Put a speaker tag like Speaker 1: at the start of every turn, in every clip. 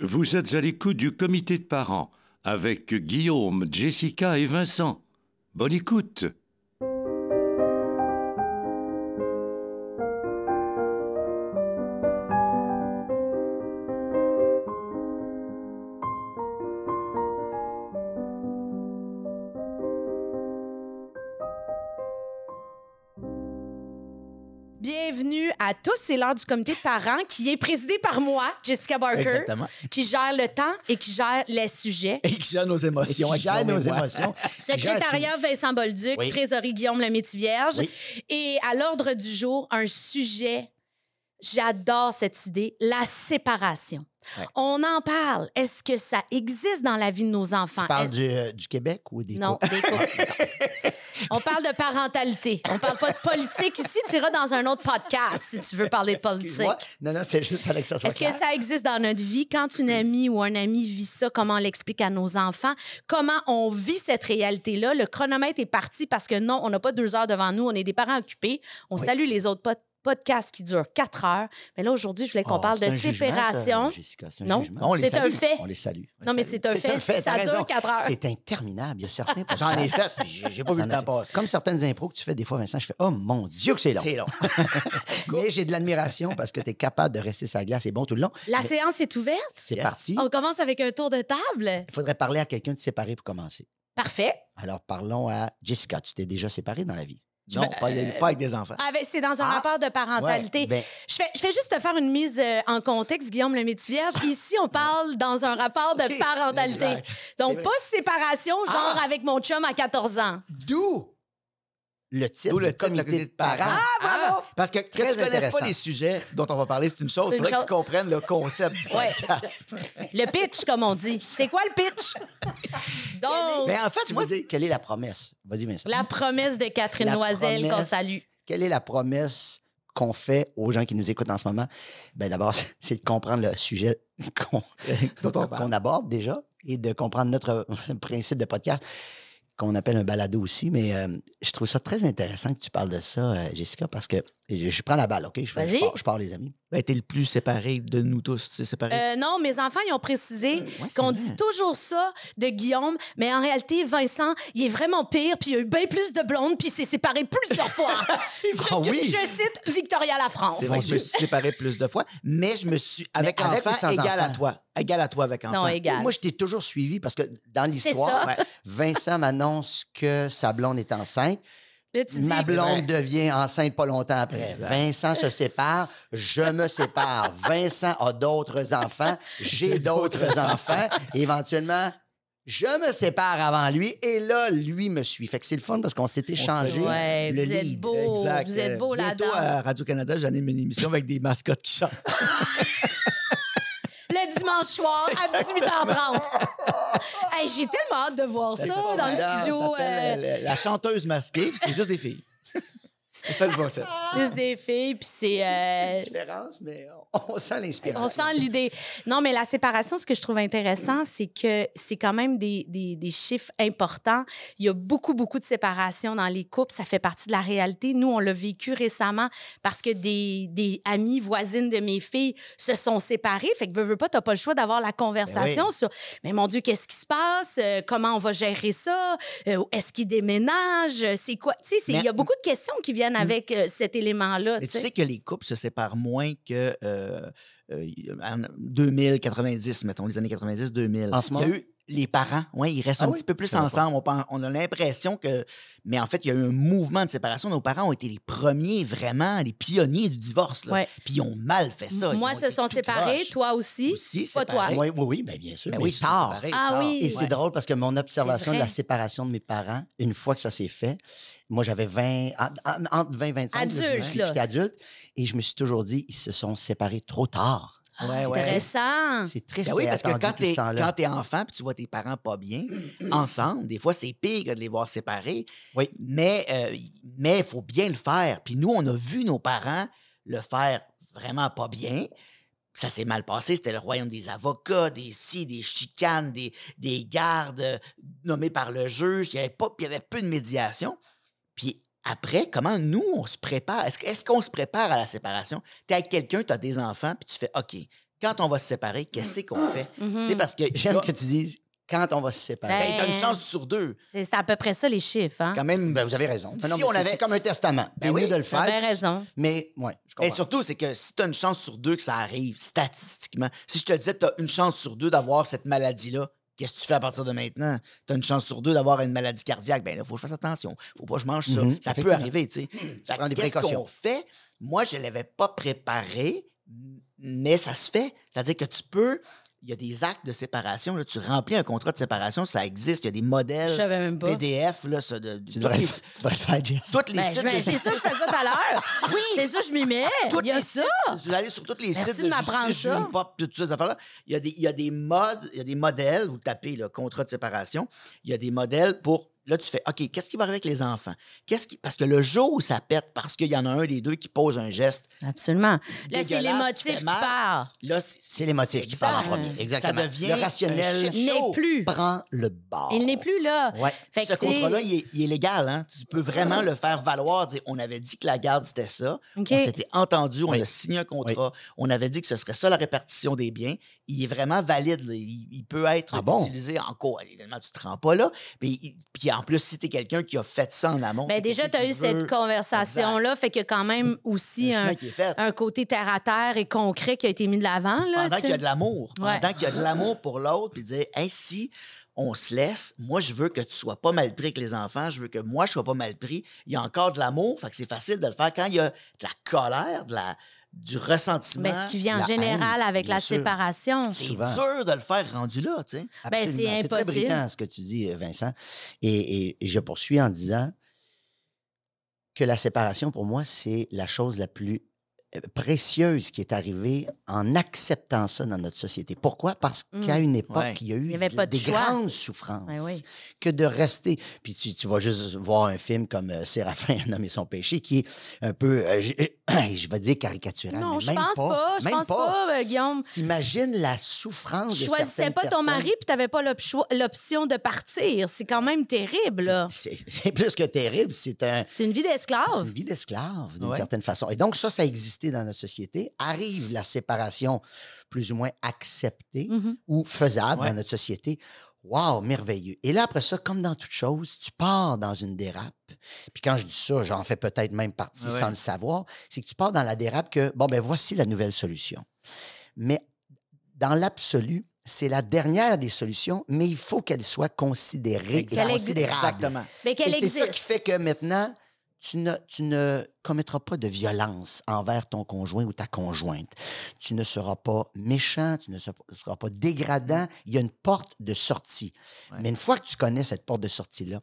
Speaker 1: Vous êtes à l'écoute du comité de parents avec Guillaume, Jessica et Vincent. Bonne écoute.
Speaker 2: Bienvenue à tous. C'est l'heure du comité de parents qui est présidé par moi, Jessica Barker,
Speaker 3: Exactement.
Speaker 2: qui gère le temps et qui gère les sujets.
Speaker 3: Et qui gère nos émotions.
Speaker 4: Et qui gère
Speaker 3: Guillaume
Speaker 4: nos
Speaker 3: et moi.
Speaker 4: émotions.
Speaker 2: Secrétariat Vincent Bolduc,
Speaker 4: Oui.
Speaker 2: trésorerie Guillaume Lemaitre-Vierge. Et à l'ordre du jour, un sujet. J'adore cette idée, la séparation.
Speaker 4: Ouais.
Speaker 2: On en parle. Est-ce que ça existe dans la vie de nos enfants?
Speaker 4: Tu parles du, euh, du Québec ou des
Speaker 2: Non, des couples. On parle de parentalité. On parle pas de politique ici. Tu iras dans un autre podcast si tu veux parler de politique.
Speaker 4: Excuse-moi. Non, non, c'est juste fallait que ça soit
Speaker 2: Est-ce que ça existe dans notre vie? Quand une amie ou un ami vit ça, comment on l'explique à nos enfants? Comment on vit cette réalité-là? Le chronomètre est parti parce que non, on n'a pas deux heures devant nous. On est des parents occupés. On salue les autres pod- podcasts qui durent quatre heures. Mais là, aujourd'hui, je voulais
Speaker 4: Ah,
Speaker 2: qu'on parle de séparation. Non.
Speaker 4: non,
Speaker 2: On les C'est salue. un fait.
Speaker 4: On les salue. On les
Speaker 2: non, mais
Speaker 4: salue.
Speaker 2: c'est un, fait.
Speaker 4: t'as
Speaker 2: Ça
Speaker 4: raison.
Speaker 2: dure quatre heures.
Speaker 4: C'est interminable. Il y a certains
Speaker 3: J'en ai
Speaker 4: podcasts-
Speaker 3: fait, puis j'ai j'ai pas vu le
Speaker 4: J'en ai
Speaker 3: temps
Speaker 4: Ah. fait.
Speaker 3: passer.
Speaker 4: Comme certaines impros que tu fais des fois, Vincent, je fais Oh mon Dieu que c'est long.
Speaker 3: C'est long.
Speaker 4: Mais j'ai de l'admiration parce que tu es capable de rester sur la glace et bon tout le long.
Speaker 2: La
Speaker 4: Mais
Speaker 2: séance est ouverte.
Speaker 4: C'est
Speaker 3: Yes.
Speaker 4: parti.
Speaker 2: On commence avec un tour de table.
Speaker 4: Il faudrait parler à quelqu'un de séparé pour commencer.
Speaker 2: Parfait.
Speaker 4: Alors parlons à Jessica. Tu t'es déjà séparée dans la vie.
Speaker 3: Non, pas, pas avec des enfants.
Speaker 2: Avec- C'est dans un
Speaker 4: Ah,
Speaker 2: rapport de parentalité.
Speaker 4: Ouais, ben,
Speaker 2: Je fais, je fais juste te faire une mise euh, en contexte, Guillaume le Métivierge. Ici, on parle dans un rapport de
Speaker 4: Ok,
Speaker 2: parentalité.
Speaker 4: exact.
Speaker 2: Donc,
Speaker 4: vrai.
Speaker 2: pas séparation, genre
Speaker 4: Ah.
Speaker 2: avec mon chum à 14 ans.
Speaker 4: D'où le titre
Speaker 3: D'où le
Speaker 4: le
Speaker 3: titre, le
Speaker 4: comité de parents.
Speaker 2: bravo!
Speaker 4: Parce que
Speaker 3: Ah, Que
Speaker 4: très
Speaker 3: tu connaisses
Speaker 4: intéressant.
Speaker 3: pas les sujets dont on va parler, c'est une chose.
Speaker 2: C'est
Speaker 3: Il
Speaker 2: une
Speaker 3: faudrait que tu
Speaker 2: chose.
Speaker 3: comprennes le concept du
Speaker 2: Ouais.
Speaker 3: podcast.
Speaker 2: Le pitch, comme on dit. C'est quoi le pitch? Donc,
Speaker 4: Mais en fait,
Speaker 3: Tu
Speaker 4: moi,
Speaker 3: veux dire-
Speaker 4: c'est- quelle est la promesse? Vas-y, Vincent.
Speaker 2: la promesse de Catherine
Speaker 4: La
Speaker 2: Loisel qu'on
Speaker 4: promesse-
Speaker 2: salue.
Speaker 4: Quelle est la promesse qu'on fait aux gens qui nous écoutent en ce moment? Ben d'abord, c'est c'est de comprendre le sujet qu'on
Speaker 3: Dont on parle.
Speaker 4: qu'on aborde déjà et de comprendre notre principe de podcast qu'on appelle un balado aussi, mais euh, je trouve ça très intéressant que tu parles de ça, euh, Jessica, parce que je, je prends la balle, OK? Je, je
Speaker 2: Vas-y.
Speaker 4: pars, je pars, les amis.
Speaker 3: Ben, t'es le plus séparé de nous tous. C'est séparé.
Speaker 2: Euh, non, mes enfants, ils ont précisé
Speaker 4: Ben c'est
Speaker 2: qu'on
Speaker 4: vrai.
Speaker 2: dit toujours ça de Guillaume, mais en réalité, Vincent, il est vraiment pire, puis il a eu bien plus de blondes, puis il s'est séparé plusieurs fois.
Speaker 3: c'est vrai.
Speaker 4: Ah
Speaker 2: Je cite Victoria La France.
Speaker 3: C'est vrai que je me suis séparé plus de fois, mais je me suis avec
Speaker 4: Mais avec ou
Speaker 3: enfant
Speaker 4: sans
Speaker 3: égal à
Speaker 4: enfant?
Speaker 3: toi, égal à toi avec enfant.
Speaker 2: Non, égal.
Speaker 4: Moi, je t'ai toujours suivi parce que dans
Speaker 2: ça.
Speaker 4: l'histoire, ouais, Vincent m'annonce que sa blonde est enceinte.
Speaker 2: Là, tu dis,
Speaker 4: Ma
Speaker 3: vrai.
Speaker 4: blonde devient enceinte pas longtemps après.
Speaker 3: Exact.
Speaker 4: Vincent se sépare, je me sépare. Vincent a d'autres enfants, j'ai d'autres enfants. Éventuellement, je me sépare avant lui et là, lui me suit. Fait que c'est le fun parce qu'on s'est échangé
Speaker 2: ouais,
Speaker 4: le
Speaker 2: vous êtes
Speaker 4: lead.
Speaker 2: beau,
Speaker 3: Exact.
Speaker 2: vous êtes beau
Speaker 3: Euh,
Speaker 2: là-dedans.
Speaker 3: Bientôt à Radio-Canada, j'anime une émission avec des mascottes qui chantent.
Speaker 2: Le dimanche soir à 18h30. hey, j'ai tellement hâte de voir ça, dans le
Speaker 3: Ça
Speaker 2: studio.
Speaker 3: s'appelle, euh, La chanteuse masquée, puis c'est juste des filles. Ah, C'est ça le concept.
Speaker 2: euh, juste des filles, puis c'est. euh,
Speaker 4: Petite différence, mais on, on sent
Speaker 2: On
Speaker 4: l'inspiration.
Speaker 2: sent l'idée. Non, mais la séparation, ce que je trouve intéressant, c'est que c'est quand même des, des- des chiffres importants. Il y a beaucoup, beaucoup de séparation dans les couples. Ça fait partie de la réalité. Nous, on l'a vécu récemment parce que des, des amies voisines de mes filles se sont séparées. Fait que veux, veux pas, t'as pas le choix d'avoir la conversation
Speaker 3: Ben
Speaker 2: sur « Mais mon Dieu, qu'est-ce qui se passe? Euh, comment on va gérer ça? Euh, Est-ce qu'ils déménagent? C'est quoi? » Tu sais, c'est- il y a
Speaker 3: Mais- Mm.
Speaker 2: beaucoup de questions qui viennent avec euh, cet élément-là.
Speaker 3: Mais
Speaker 2: tu
Speaker 3: tu
Speaker 2: sais.
Speaker 3: sais que les couples se séparent moins que euh, euh, en 2000, 90, mettons, les années 90, 2000.
Speaker 4: En ce moment?
Speaker 3: Il y a eu les parents, ouais, ils restent
Speaker 4: Ah
Speaker 3: un
Speaker 4: oui?
Speaker 3: petit peu plus
Speaker 4: savais pas.
Speaker 3: ensemble. On, pen- on a l'impression que. Mais en fait, il y a eu un mouvement de séparation. Nos parents ont été les premiers, vraiment, les pionniers du divorce. là.
Speaker 2: Ouais.
Speaker 3: Puis ils ont mal fait ça. Ils
Speaker 2: Moi,
Speaker 3: ont
Speaker 2: se
Speaker 3: été
Speaker 2: sont
Speaker 3: tout
Speaker 2: séparés,
Speaker 3: croches.
Speaker 2: toi aussi.
Speaker 3: Aussi,
Speaker 2: Pas toi.
Speaker 3: séparés.
Speaker 4: Oui, oui, oui, ben bien sûr.
Speaker 3: Ben
Speaker 4: mais
Speaker 3: oui, ils se sont
Speaker 4: tard.
Speaker 3: séparés,
Speaker 2: Ah
Speaker 3: tard.
Speaker 2: oui.
Speaker 4: Et c'est drôle parce que mon observation
Speaker 2: C'est
Speaker 4: de
Speaker 2: vrai.
Speaker 4: la séparation de mes parents, une fois que ça s'est fait, moi j'avais 20, en- en- entre 20 et 25 je me suis-
Speaker 2: Adulte, là.
Speaker 4: j'étais adulte, et je me suis toujours dit, ils se sont séparés trop tard.
Speaker 3: Ouais,
Speaker 2: C'est
Speaker 3: ouais.
Speaker 2: Intéressant.
Speaker 4: C'est triste
Speaker 3: Ben oui,
Speaker 4: qu'ils aient
Speaker 3: parce que
Speaker 4: attendu
Speaker 3: quand
Speaker 4: tout ce
Speaker 3: t'es quand
Speaker 4: temps-là.
Speaker 3: t'es enfant puis tu vois tes parents pas bien ensemble, des fois c'est pire que de les voir séparés.
Speaker 4: Oui.
Speaker 3: Mais euh, mais faut bien le faire. Puis nous on a vu nos parents le faire vraiment pas bien. Ça s'est mal passé, c'était le royaume des avocats, des si, des chicanes, des, des gardes euh, nommés par le juge, il y avait pas il y avait peu de médiation. Puis après, comment nous, on se prépare? Est-ce que- est-ce qu'on se prépare à la séparation? Tu es avec quelqu'un, tu as des enfants, puis tu fais OK,
Speaker 4: quand on va se séparer, qu'est-ce qu'on fait?
Speaker 2: Mhm.
Speaker 4: C'est parce que Mm. Mm-hmm. j'aime que tu dises quand on va se séparer.
Speaker 2: Ben,
Speaker 3: Hey, t'as une chance sur deux.
Speaker 2: C'est c'est à peu près ça, les chiffres. Hein?
Speaker 4: Quand même, ben, vous avez raison.
Speaker 3: Non,
Speaker 4: si
Speaker 3: mais
Speaker 4: on
Speaker 3: c'est-
Speaker 4: avait comme un testament,
Speaker 3: Ben
Speaker 4: t'es
Speaker 3: oui,
Speaker 4: mieux de le faire.
Speaker 2: T'as bien raison.
Speaker 4: Mais, ouais, je
Speaker 3: Et
Speaker 4: comprends.
Speaker 3: surtout, c'est que si t'as une chance sur deux que ça arrive, statistiquement, si je te disais t'as une chance sur deux d'avoir cette maladie-là, qu'est-ce que tu fais à partir de maintenant? T'as une chance sur deux d'avoir une maladie cardiaque, ben là, faut que je fasse attention. Faut pas que je mange ça.
Speaker 4: Mhm,
Speaker 3: ça peut
Speaker 4: effectivement.
Speaker 3: arriver, tu sais. Ça prend des
Speaker 4: Qu'est-ce
Speaker 3: précautions.
Speaker 4: qu'on
Speaker 3: fait? Moi, je l'avais pas préparé, mais ça se fait. C'est-à-dire que tu peux... Il y a des actes de séparation. Là, tu remplis un contrat de séparation, ça existe. Il y a des
Speaker 2: Je
Speaker 3: modèles
Speaker 2: savais même pas.
Speaker 3: PDF. Là, ça, de,
Speaker 4: tu, devrais le, tu devrais le faire, Jess.
Speaker 3: toutes les
Speaker 2: Ben, je
Speaker 3: sites
Speaker 2: vais-
Speaker 3: de-
Speaker 2: c'est ça, je fais ça tout à l'heure.
Speaker 3: Oui.
Speaker 2: C'est ça, je m'y mets.
Speaker 3: Toutes
Speaker 2: Il Eh, y a
Speaker 3: les
Speaker 2: ça.
Speaker 3: sites, Vous allez sur tous les
Speaker 2: Merci
Speaker 3: sites
Speaker 2: de m'apprendre
Speaker 3: justice,
Speaker 2: ça.
Speaker 3: Julie Pop, toutes ces affaires-là. Il y a des, il y a des modes, il y a des modèles, vous tapez le contrat de séparation, il y a des modèles pour. Là, tu fais OK, qu'est-ce qui va arriver avec les enfants? Qu'est-ce qui. Parce que le jour où ça pète, parce qu'il y en a un des deux qui pose un geste,
Speaker 2: Absolument. Là, c'est
Speaker 3: Dégueulasse, qui fait
Speaker 2: l'émotif qui
Speaker 3: mal.
Speaker 2: part.
Speaker 3: là, c'est-
Speaker 4: C'est les motifs qui
Speaker 3: Exact.
Speaker 4: parlent en premier.
Speaker 3: Ça
Speaker 4: Exactement.
Speaker 3: devient
Speaker 4: le
Speaker 3: un
Speaker 4: rationnel
Speaker 3: shit
Speaker 2: Il n'est
Speaker 3: chaud.
Speaker 2: plus.
Speaker 4: prend le bord.
Speaker 2: Il n'est plus là.
Speaker 4: Oh. Ouais.
Speaker 2: Fait que
Speaker 3: ce
Speaker 2: tu sais-
Speaker 3: contrat-là, il, est- il est légal. Hein? Tu peux vraiment le faire valoir. Dire, on avait dit que la garde, c'était ça.
Speaker 2: OK.
Speaker 3: On s'était entendu, on
Speaker 4: Oui.
Speaker 3: a signé un contrat. On avait dit que ce serait ça la répartition des biens. Il est vraiment valide. là. Il, il peut être
Speaker 4: Ah bon?
Speaker 3: utilisé en cours. Évidemment, tu ne te rends pas là. Puis, il- puis en plus, si tu es quelqu'un qui a fait ça en amont.
Speaker 2: Ben, déjà, tu as eu cette hein. conversation-là. Fait qu'il y a quand même aussi un,
Speaker 3: conversation. qui est fait.
Speaker 2: un côté terre-à-terre et concret qui a été mis de l'avant. là,
Speaker 3: Pendant
Speaker 2: tu
Speaker 3: qu'il y a
Speaker 2: sais.
Speaker 3: de l'amour.
Speaker 2: Ouais.
Speaker 3: Pendant qu'il y a de l'amour pour l'autre, puis dire, hey, si on se laisse, moi, je veux que tu sois pas mal pris avec les enfants, je veux que moi, je sois pas mal pris. Il y a encore de l'amour, fait que c'est facile de le faire quand il y a de la colère, de la, du ressentiment.
Speaker 2: Ben, ce qui vient en
Speaker 4: la
Speaker 2: général
Speaker 4: haine,
Speaker 2: avec
Speaker 4: bien
Speaker 2: la
Speaker 4: sûr.
Speaker 2: séparation.
Speaker 3: C'est
Speaker 4: Souvent.
Speaker 3: dur de le faire rendu là, tu sais.
Speaker 2: Ben, c'est
Speaker 4: Absolument. très
Speaker 2: impossible.
Speaker 4: brillant ce que tu dis, euh, Vincent. Et, et- et je poursuis en disant que la séparation, pour moi, c'est la chose la plus euh, précieuse qui est arrivée en acceptant ça dans notre société. Pourquoi? Parce
Speaker 2: Mm.
Speaker 4: qu'à une époque,
Speaker 3: Ouais.
Speaker 4: il y a eu
Speaker 2: y avait pas de
Speaker 4: des
Speaker 2: choix.
Speaker 4: grandes souffrances.
Speaker 2: Ben oui.
Speaker 4: Que de rester. Puis tu, tu vas juste voir un film comme euh, Séraphin, Un homme et son péché, qui est un peu, euh, je, je vais dire caricatural.
Speaker 2: Non,
Speaker 4: mais
Speaker 2: je
Speaker 4: même
Speaker 2: pense pas. Je
Speaker 4: même
Speaker 2: pense pas, euh, Guillaume.
Speaker 4: T'imagines la souffrance
Speaker 2: Tu
Speaker 4: de
Speaker 2: choisissais
Speaker 4: certaines
Speaker 2: pas ton
Speaker 4: personnes.
Speaker 2: mari puis t'avais pas l'op- l'option de partir. C'est quand même terrible, là.
Speaker 4: C'est- C'est c'est plus que terrible, c'est un,
Speaker 2: C'est une vie
Speaker 4: c'est
Speaker 2: d'esclave.
Speaker 4: une vie d'esclave d'une
Speaker 3: Ouais.
Speaker 4: certaine façon. Et donc ça, ça existait dans notre société. Arrive la séparation plus ou moins acceptée
Speaker 2: Mhm.
Speaker 4: ou faisable
Speaker 3: Mm. Ouais.
Speaker 4: dans notre société. Wow, merveilleux. Et là, après ça, comme dans toute chose, tu pars dans une dérape. Puis quand je dis ça, j'en fais peut-être même partie
Speaker 3: Ouais.
Speaker 4: sans le savoir. C'est que tu pars dans la dérape que, bon, ben voici la nouvelle solution. Mais dans l'absolu, c'est la dernière des solutions, mais il faut qu'elle soit considérée
Speaker 2: Qu'elle
Speaker 4: et
Speaker 2: existe.
Speaker 4: considérable.
Speaker 3: Exactement.
Speaker 2: Mais qu'elle
Speaker 4: Et C'est ça qui
Speaker 2: existe.
Speaker 4: fait que maintenant, tu ne, tu ne commettras pas de violence envers ton conjoint ou ta conjointe. Tu ne seras pas méchant, tu ne ser- seras pas dégradant. Il y a une porte de sortie.
Speaker 3: Ouais.
Speaker 4: Mais une fois que tu connais cette porte de sortie-là,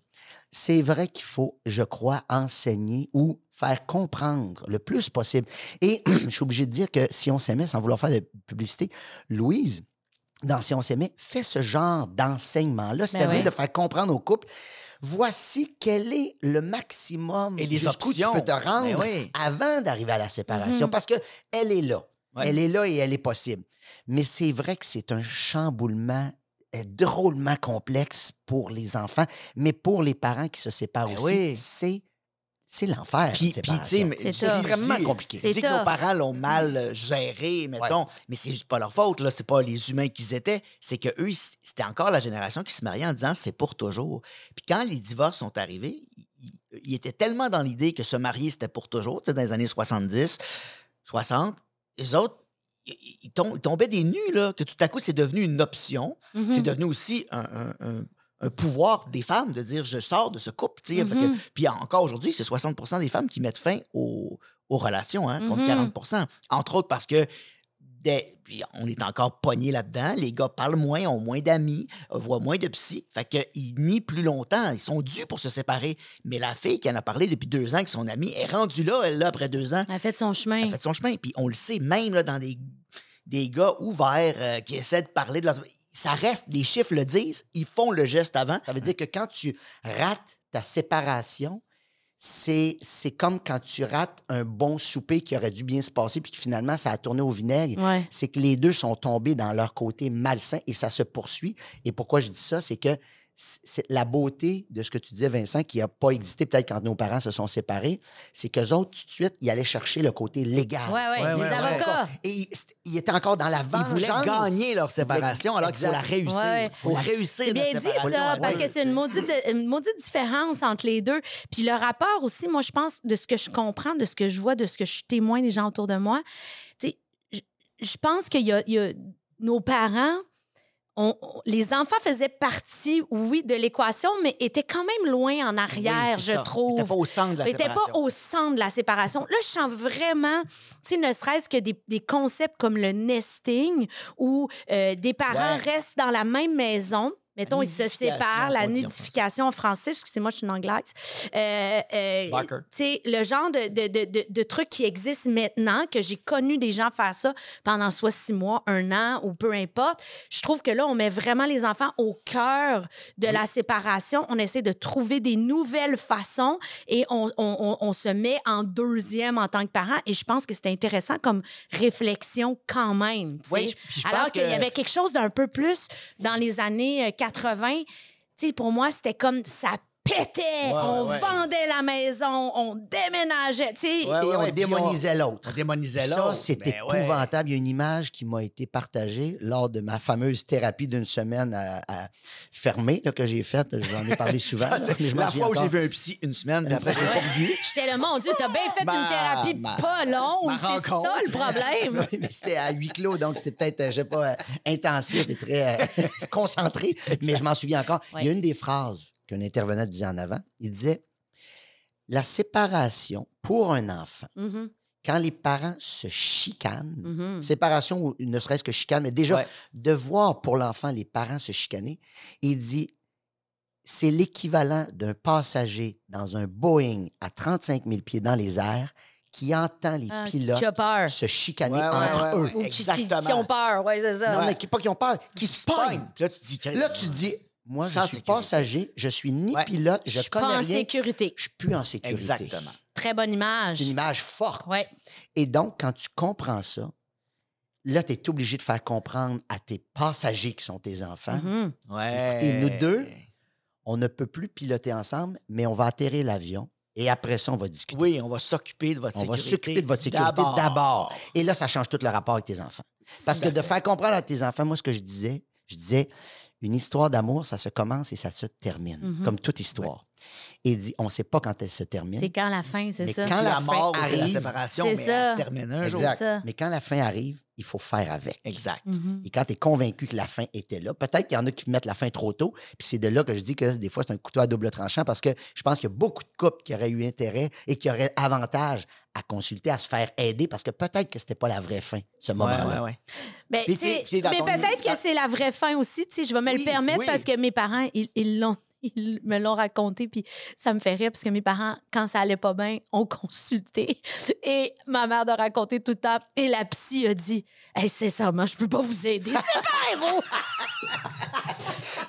Speaker 4: c'est vrai qu'il faut, je crois, enseigner ou faire comprendre le plus possible. Et je suis obligé de dire que si on s'aimait, sans vouloir faire de publicité, Louise, dans Si on s'aimait, fait ce genre d'enseignement-là, c'est-à-dire
Speaker 2: Ben ouais.
Speaker 4: de faire comprendre au couple, voici quel est le maximum
Speaker 3: Et les
Speaker 4: jusqu'où
Speaker 3: options.
Speaker 4: tu peux te rendre
Speaker 3: Ben oui.
Speaker 4: avant d'arriver à la séparation,
Speaker 2: Mhm.
Speaker 4: parce que elle est là.
Speaker 3: Ouais.
Speaker 4: Elle est là et elle est possible. Mais c'est vrai que c'est un chamboulement euh, drôlement complexe pour les enfants, mais pour les parents qui se séparent
Speaker 3: Ben
Speaker 4: aussi,
Speaker 3: oui.
Speaker 4: c'est c'est l'enfer.
Speaker 3: Puis,
Speaker 4: cette
Speaker 3: puis, tu sais,
Speaker 4: séparation.
Speaker 3: mais-
Speaker 2: C'est
Speaker 3: c'est
Speaker 2: tough.
Speaker 3: extrêmement compliqué.
Speaker 2: C'est
Speaker 3: Tu dis que
Speaker 2: tough.
Speaker 3: nos parents l'ont mal euh, géré, mettons, mais c'est juste pas leur faute, là. C'est pas les humains qu'ils étaient. C'est que eux, ils- c'était encore la génération qui se mariait en disant c'est pour toujours. Puis quand les divorces sont arrivés, ils, ils étaient tellement dans l'idée que se marier, c'était pour toujours, tu sais, dans les années 70, 60. Les autres, ils, ils tom- ils tombaient des nus, là, que tout à coup, c'est devenu une option.
Speaker 2: Mhm.
Speaker 3: C'est devenu aussi un, un- un- un pouvoir des femmes de dire je sors de ce couple. tu sais. Fait que-
Speaker 2: Mhm.
Speaker 3: Puis encore aujourd'hui, c'est 60 des femmes qui mettent fin aux, aux relations, hein, contre
Speaker 2: Mhm.
Speaker 3: 40 Entre autres parce que des- puis on est encore pogné là-dedans. Les gars parlent moins, ont moins d'amis, euh, voient moins de psy. Fait qu'ils nient plus longtemps. Ils sont dus pour se séparer. Mais la fille qui en a parlé depuis deux ans, que son amie est rendue là, elle, là, après deux ans,
Speaker 2: Elle a fait son chemin.
Speaker 4: Hein.
Speaker 3: elle fait son chemin. Puis on le sait, même là, dans des, des gars ouverts euh, qui essaient de parler de leur... Ça reste, les chiffres le disent, ils font le geste avant.
Speaker 4: Ça veut dire que quand tu rates ta séparation, c'est, c'est comme quand tu rates un bon souper qui aurait dû bien se passer puis que finalement ça a tourné au vinaigre.
Speaker 2: Ouais.
Speaker 4: C'est que les deux sont tombés dans leur côté malsain et ça se poursuit. Et pourquoi je dis ça, c'est que c'est la beauté de ce que tu disais, Vincent, qui n'a pas existé peut-être quand nos parents se sont séparés, c'est qu'eux autres, tout de suite, ils allaient chercher le côté légal.
Speaker 2: Ouais, ouais,
Speaker 3: Ouais,
Speaker 2: les
Speaker 3: ouais, ouais.
Speaker 2: avocats.
Speaker 4: Et ils il étaient encore dans la
Speaker 3: Ils
Speaker 4: vengeance.
Speaker 3: voulaient gagner leur séparation alors qu'il faut la
Speaker 4: Exact.
Speaker 3: réussir.
Speaker 2: Ouais.
Speaker 3: faut réussir
Speaker 2: C'est bien
Speaker 3: notre
Speaker 2: dit
Speaker 3: séparation.
Speaker 2: ça,
Speaker 3: Ouais,
Speaker 2: parce
Speaker 3: ouais.
Speaker 2: que c'est une maudite, euh, une maudite différence entre les deux. Puis le rapport aussi, moi, je pense, de ce que je comprends, de ce que je vois, de ce que je suis témoin des gens autour de moi, tu sais, je, je pense qu'il y a, il y a- nos parents, on- on- les enfants faisaient partie, oui, de l'équation, mais étaient quand même loin en arrière,
Speaker 3: Oui, c'est
Speaker 2: je
Speaker 3: ça.
Speaker 2: trouve.
Speaker 3: T'étais pas au centre de la
Speaker 2: n'était
Speaker 3: séparation.
Speaker 2: pas au centre de la séparation. Là, je sens vraiment, tu sais, ne serait-ce que des, des concepts comme le nesting, où euh, des parents
Speaker 4: Ouais.
Speaker 2: restent dans la même maison. Mettons, ils se
Speaker 3: nidification,
Speaker 2: séparent, la
Speaker 3: on dit en
Speaker 2: nidification en français, excusez-moi, je suis une anglaise. Euh, euh,
Speaker 3: Barker.
Speaker 2: tu sais, le genre de, de, de, de, de truc qui existe maintenant, que j'ai connu des gens faire ça pendant soit six mois, un an ou peu importe, je trouve que là, on met vraiment les enfants au cœur de la séparation. On essaie de trouver des nouvelles façons et on, on- on- on se met en deuxième en tant que parent. Et je pense que c'est intéressant comme réflexion quand même. tu sais.
Speaker 3: Oui, puis je
Speaker 2: Alors
Speaker 3: pense
Speaker 2: qu'il y
Speaker 3: que-
Speaker 2: avait quelque chose d'un peu plus dans les années euh, 80. Tu sais, pour moi, c'était comme ça pétait. on
Speaker 3: ouais.
Speaker 2: vendait la maison, on déménageait. Tu sais,
Speaker 4: Et
Speaker 3: Ouais, ouais,
Speaker 4: on
Speaker 3: ouais, puis
Speaker 4: démonisait l'autre.
Speaker 3: On démonisait
Speaker 4: Ça,
Speaker 3: l'autre.
Speaker 4: c'est
Speaker 3: Ben ouais.
Speaker 4: épouvantable. Il y a une image qui m'a été partagée lors de ma fameuse thérapie d'une semaine à, à- fermée là, que j'ai faite. Je vous en ai parlé souvent.
Speaker 3: Ah,
Speaker 4: là,
Speaker 3: c'est
Speaker 4: mais je m'en
Speaker 3: la
Speaker 4: souviens
Speaker 3: fois où j'ai
Speaker 4: encore.
Speaker 3: vu un psy une semaine, puis après, je l'ai pas revu.
Speaker 2: J'étais là, mon Dieu, t'as bien fait
Speaker 3: Ma-
Speaker 2: une thérapie
Speaker 3: ma-
Speaker 2: pas longue.
Speaker 3: ma
Speaker 2: C'est
Speaker 3: rencontre.
Speaker 2: ça le problème.
Speaker 4: Oui, mais c'était à huis clos, donc c'était peut-être, euh, je sais pas, euh, intensif et très euh, concentré, mais je m'en souviens encore. Il y a une des phrases qu'un intervenant disait en avant. Il disait La séparation pour un enfant,
Speaker 2: Mhm,
Speaker 4: quand les parents se chicanent,
Speaker 2: mhm.
Speaker 4: séparation ou ne serait-ce que chicane, mais déjà,
Speaker 3: Ouais.
Speaker 4: de voir pour l'enfant les parents se chicaner, il dit c'est l'équivalent d'un passager dans un Boeing à 35 000 pieds dans les airs qui entend les
Speaker 2: Ah,
Speaker 4: pilotes
Speaker 2: qui a peur.
Speaker 4: se chicaner
Speaker 3: Ouais, ouais,
Speaker 4: entre
Speaker 3: ouais,
Speaker 4: eux.
Speaker 2: Ou
Speaker 3: ouais.
Speaker 2: qui- qui, qui,
Speaker 3: Exactement.
Speaker 2: ont peur, ouais, c'est ça.
Speaker 4: Non, mais qui- pas qu'ils ont peur, qui se pognent.
Speaker 3: Puis Là, tu te dis...
Speaker 4: Là, tu te dis moi, je
Speaker 3: Sans
Speaker 4: suis
Speaker 3: sécurité.
Speaker 4: passager, je suis ni
Speaker 3: Ouais.
Speaker 4: pilote, je,
Speaker 2: je suis
Speaker 4: connais
Speaker 2: pas en
Speaker 4: rien,
Speaker 2: sécurité.
Speaker 4: je suis plus en sécurité.
Speaker 3: Exactement.
Speaker 2: Très bonne image.
Speaker 4: C'est une image forte.
Speaker 2: Ouais.
Speaker 4: Et donc, quand tu comprends ça, là, tu es obligé de faire comprendre à tes passagers qui sont tes enfants,
Speaker 2: Mhm.
Speaker 3: Ouais.
Speaker 4: Écoutez, nous deux, on ne peut plus piloter ensemble, mais on va atterrir l'avion et après ça, on va discuter.
Speaker 3: Oui, on va s'occuper de votre
Speaker 4: On va
Speaker 3: sécurité.
Speaker 4: s'occuper de votre sécurité d'abord. Et là, ça change tout le rapport avec tes enfants. Parce que de faire comprendre à tes enfants, moi, ce que je disais, je disais, une histoire d'amour, ça se commence et ça se termine,
Speaker 3: Mm-hmm.
Speaker 2: Mhm.
Speaker 4: comme toute histoire. Et dit, on ne sait pas quand elle se termine.
Speaker 2: C'est quand la fin, c'est
Speaker 4: Mais
Speaker 2: ça.
Speaker 4: quand
Speaker 3: Quand la
Speaker 4: la fin
Speaker 3: mort ou c'est la
Speaker 4: arrive,
Speaker 3: séparation,
Speaker 2: c'est
Speaker 3: mais elle
Speaker 2: ça.
Speaker 3: se termine un jour.
Speaker 4: Exact.
Speaker 2: ça.
Speaker 4: Mais quand la fin arrive, il faut faire avec.
Speaker 3: Exact.
Speaker 2: Mhm.
Speaker 4: Et quand tu es convaincu que la fin était là, peut-être qu'il y en a qui mettent la fin trop tôt. Puis c'est de là que je dis que des fois, c'est un couteau à double tranchant parce que je pense qu'il y a beaucoup de couples qui auraient eu intérêt et qui auraient avantage à consulter, à se faire aider parce que peut-être que c'était pas la vraie fin, ce moment-là.
Speaker 3: Ouais, ouais, ouais.
Speaker 2: Ben,
Speaker 3: Puis
Speaker 2: tu sais,
Speaker 3: c'est- c'est dans
Speaker 2: mais
Speaker 3: ton- ah.
Speaker 2: peut-être que c'est la vraie fin aussi. tu sais, Je vais me
Speaker 3: Oui,
Speaker 2: le permettre
Speaker 3: oui.
Speaker 2: parce que mes parents, ils ils l'ont. Ils me l'ont raconté, puis ça me fait rire, parce que mes parents, quand ça allait pas bien, ont consulté. Et ma mère de raconter tout le temps. Et la psy a dit Hey, sincèrement, je peux pas vous aider. Séparez-vous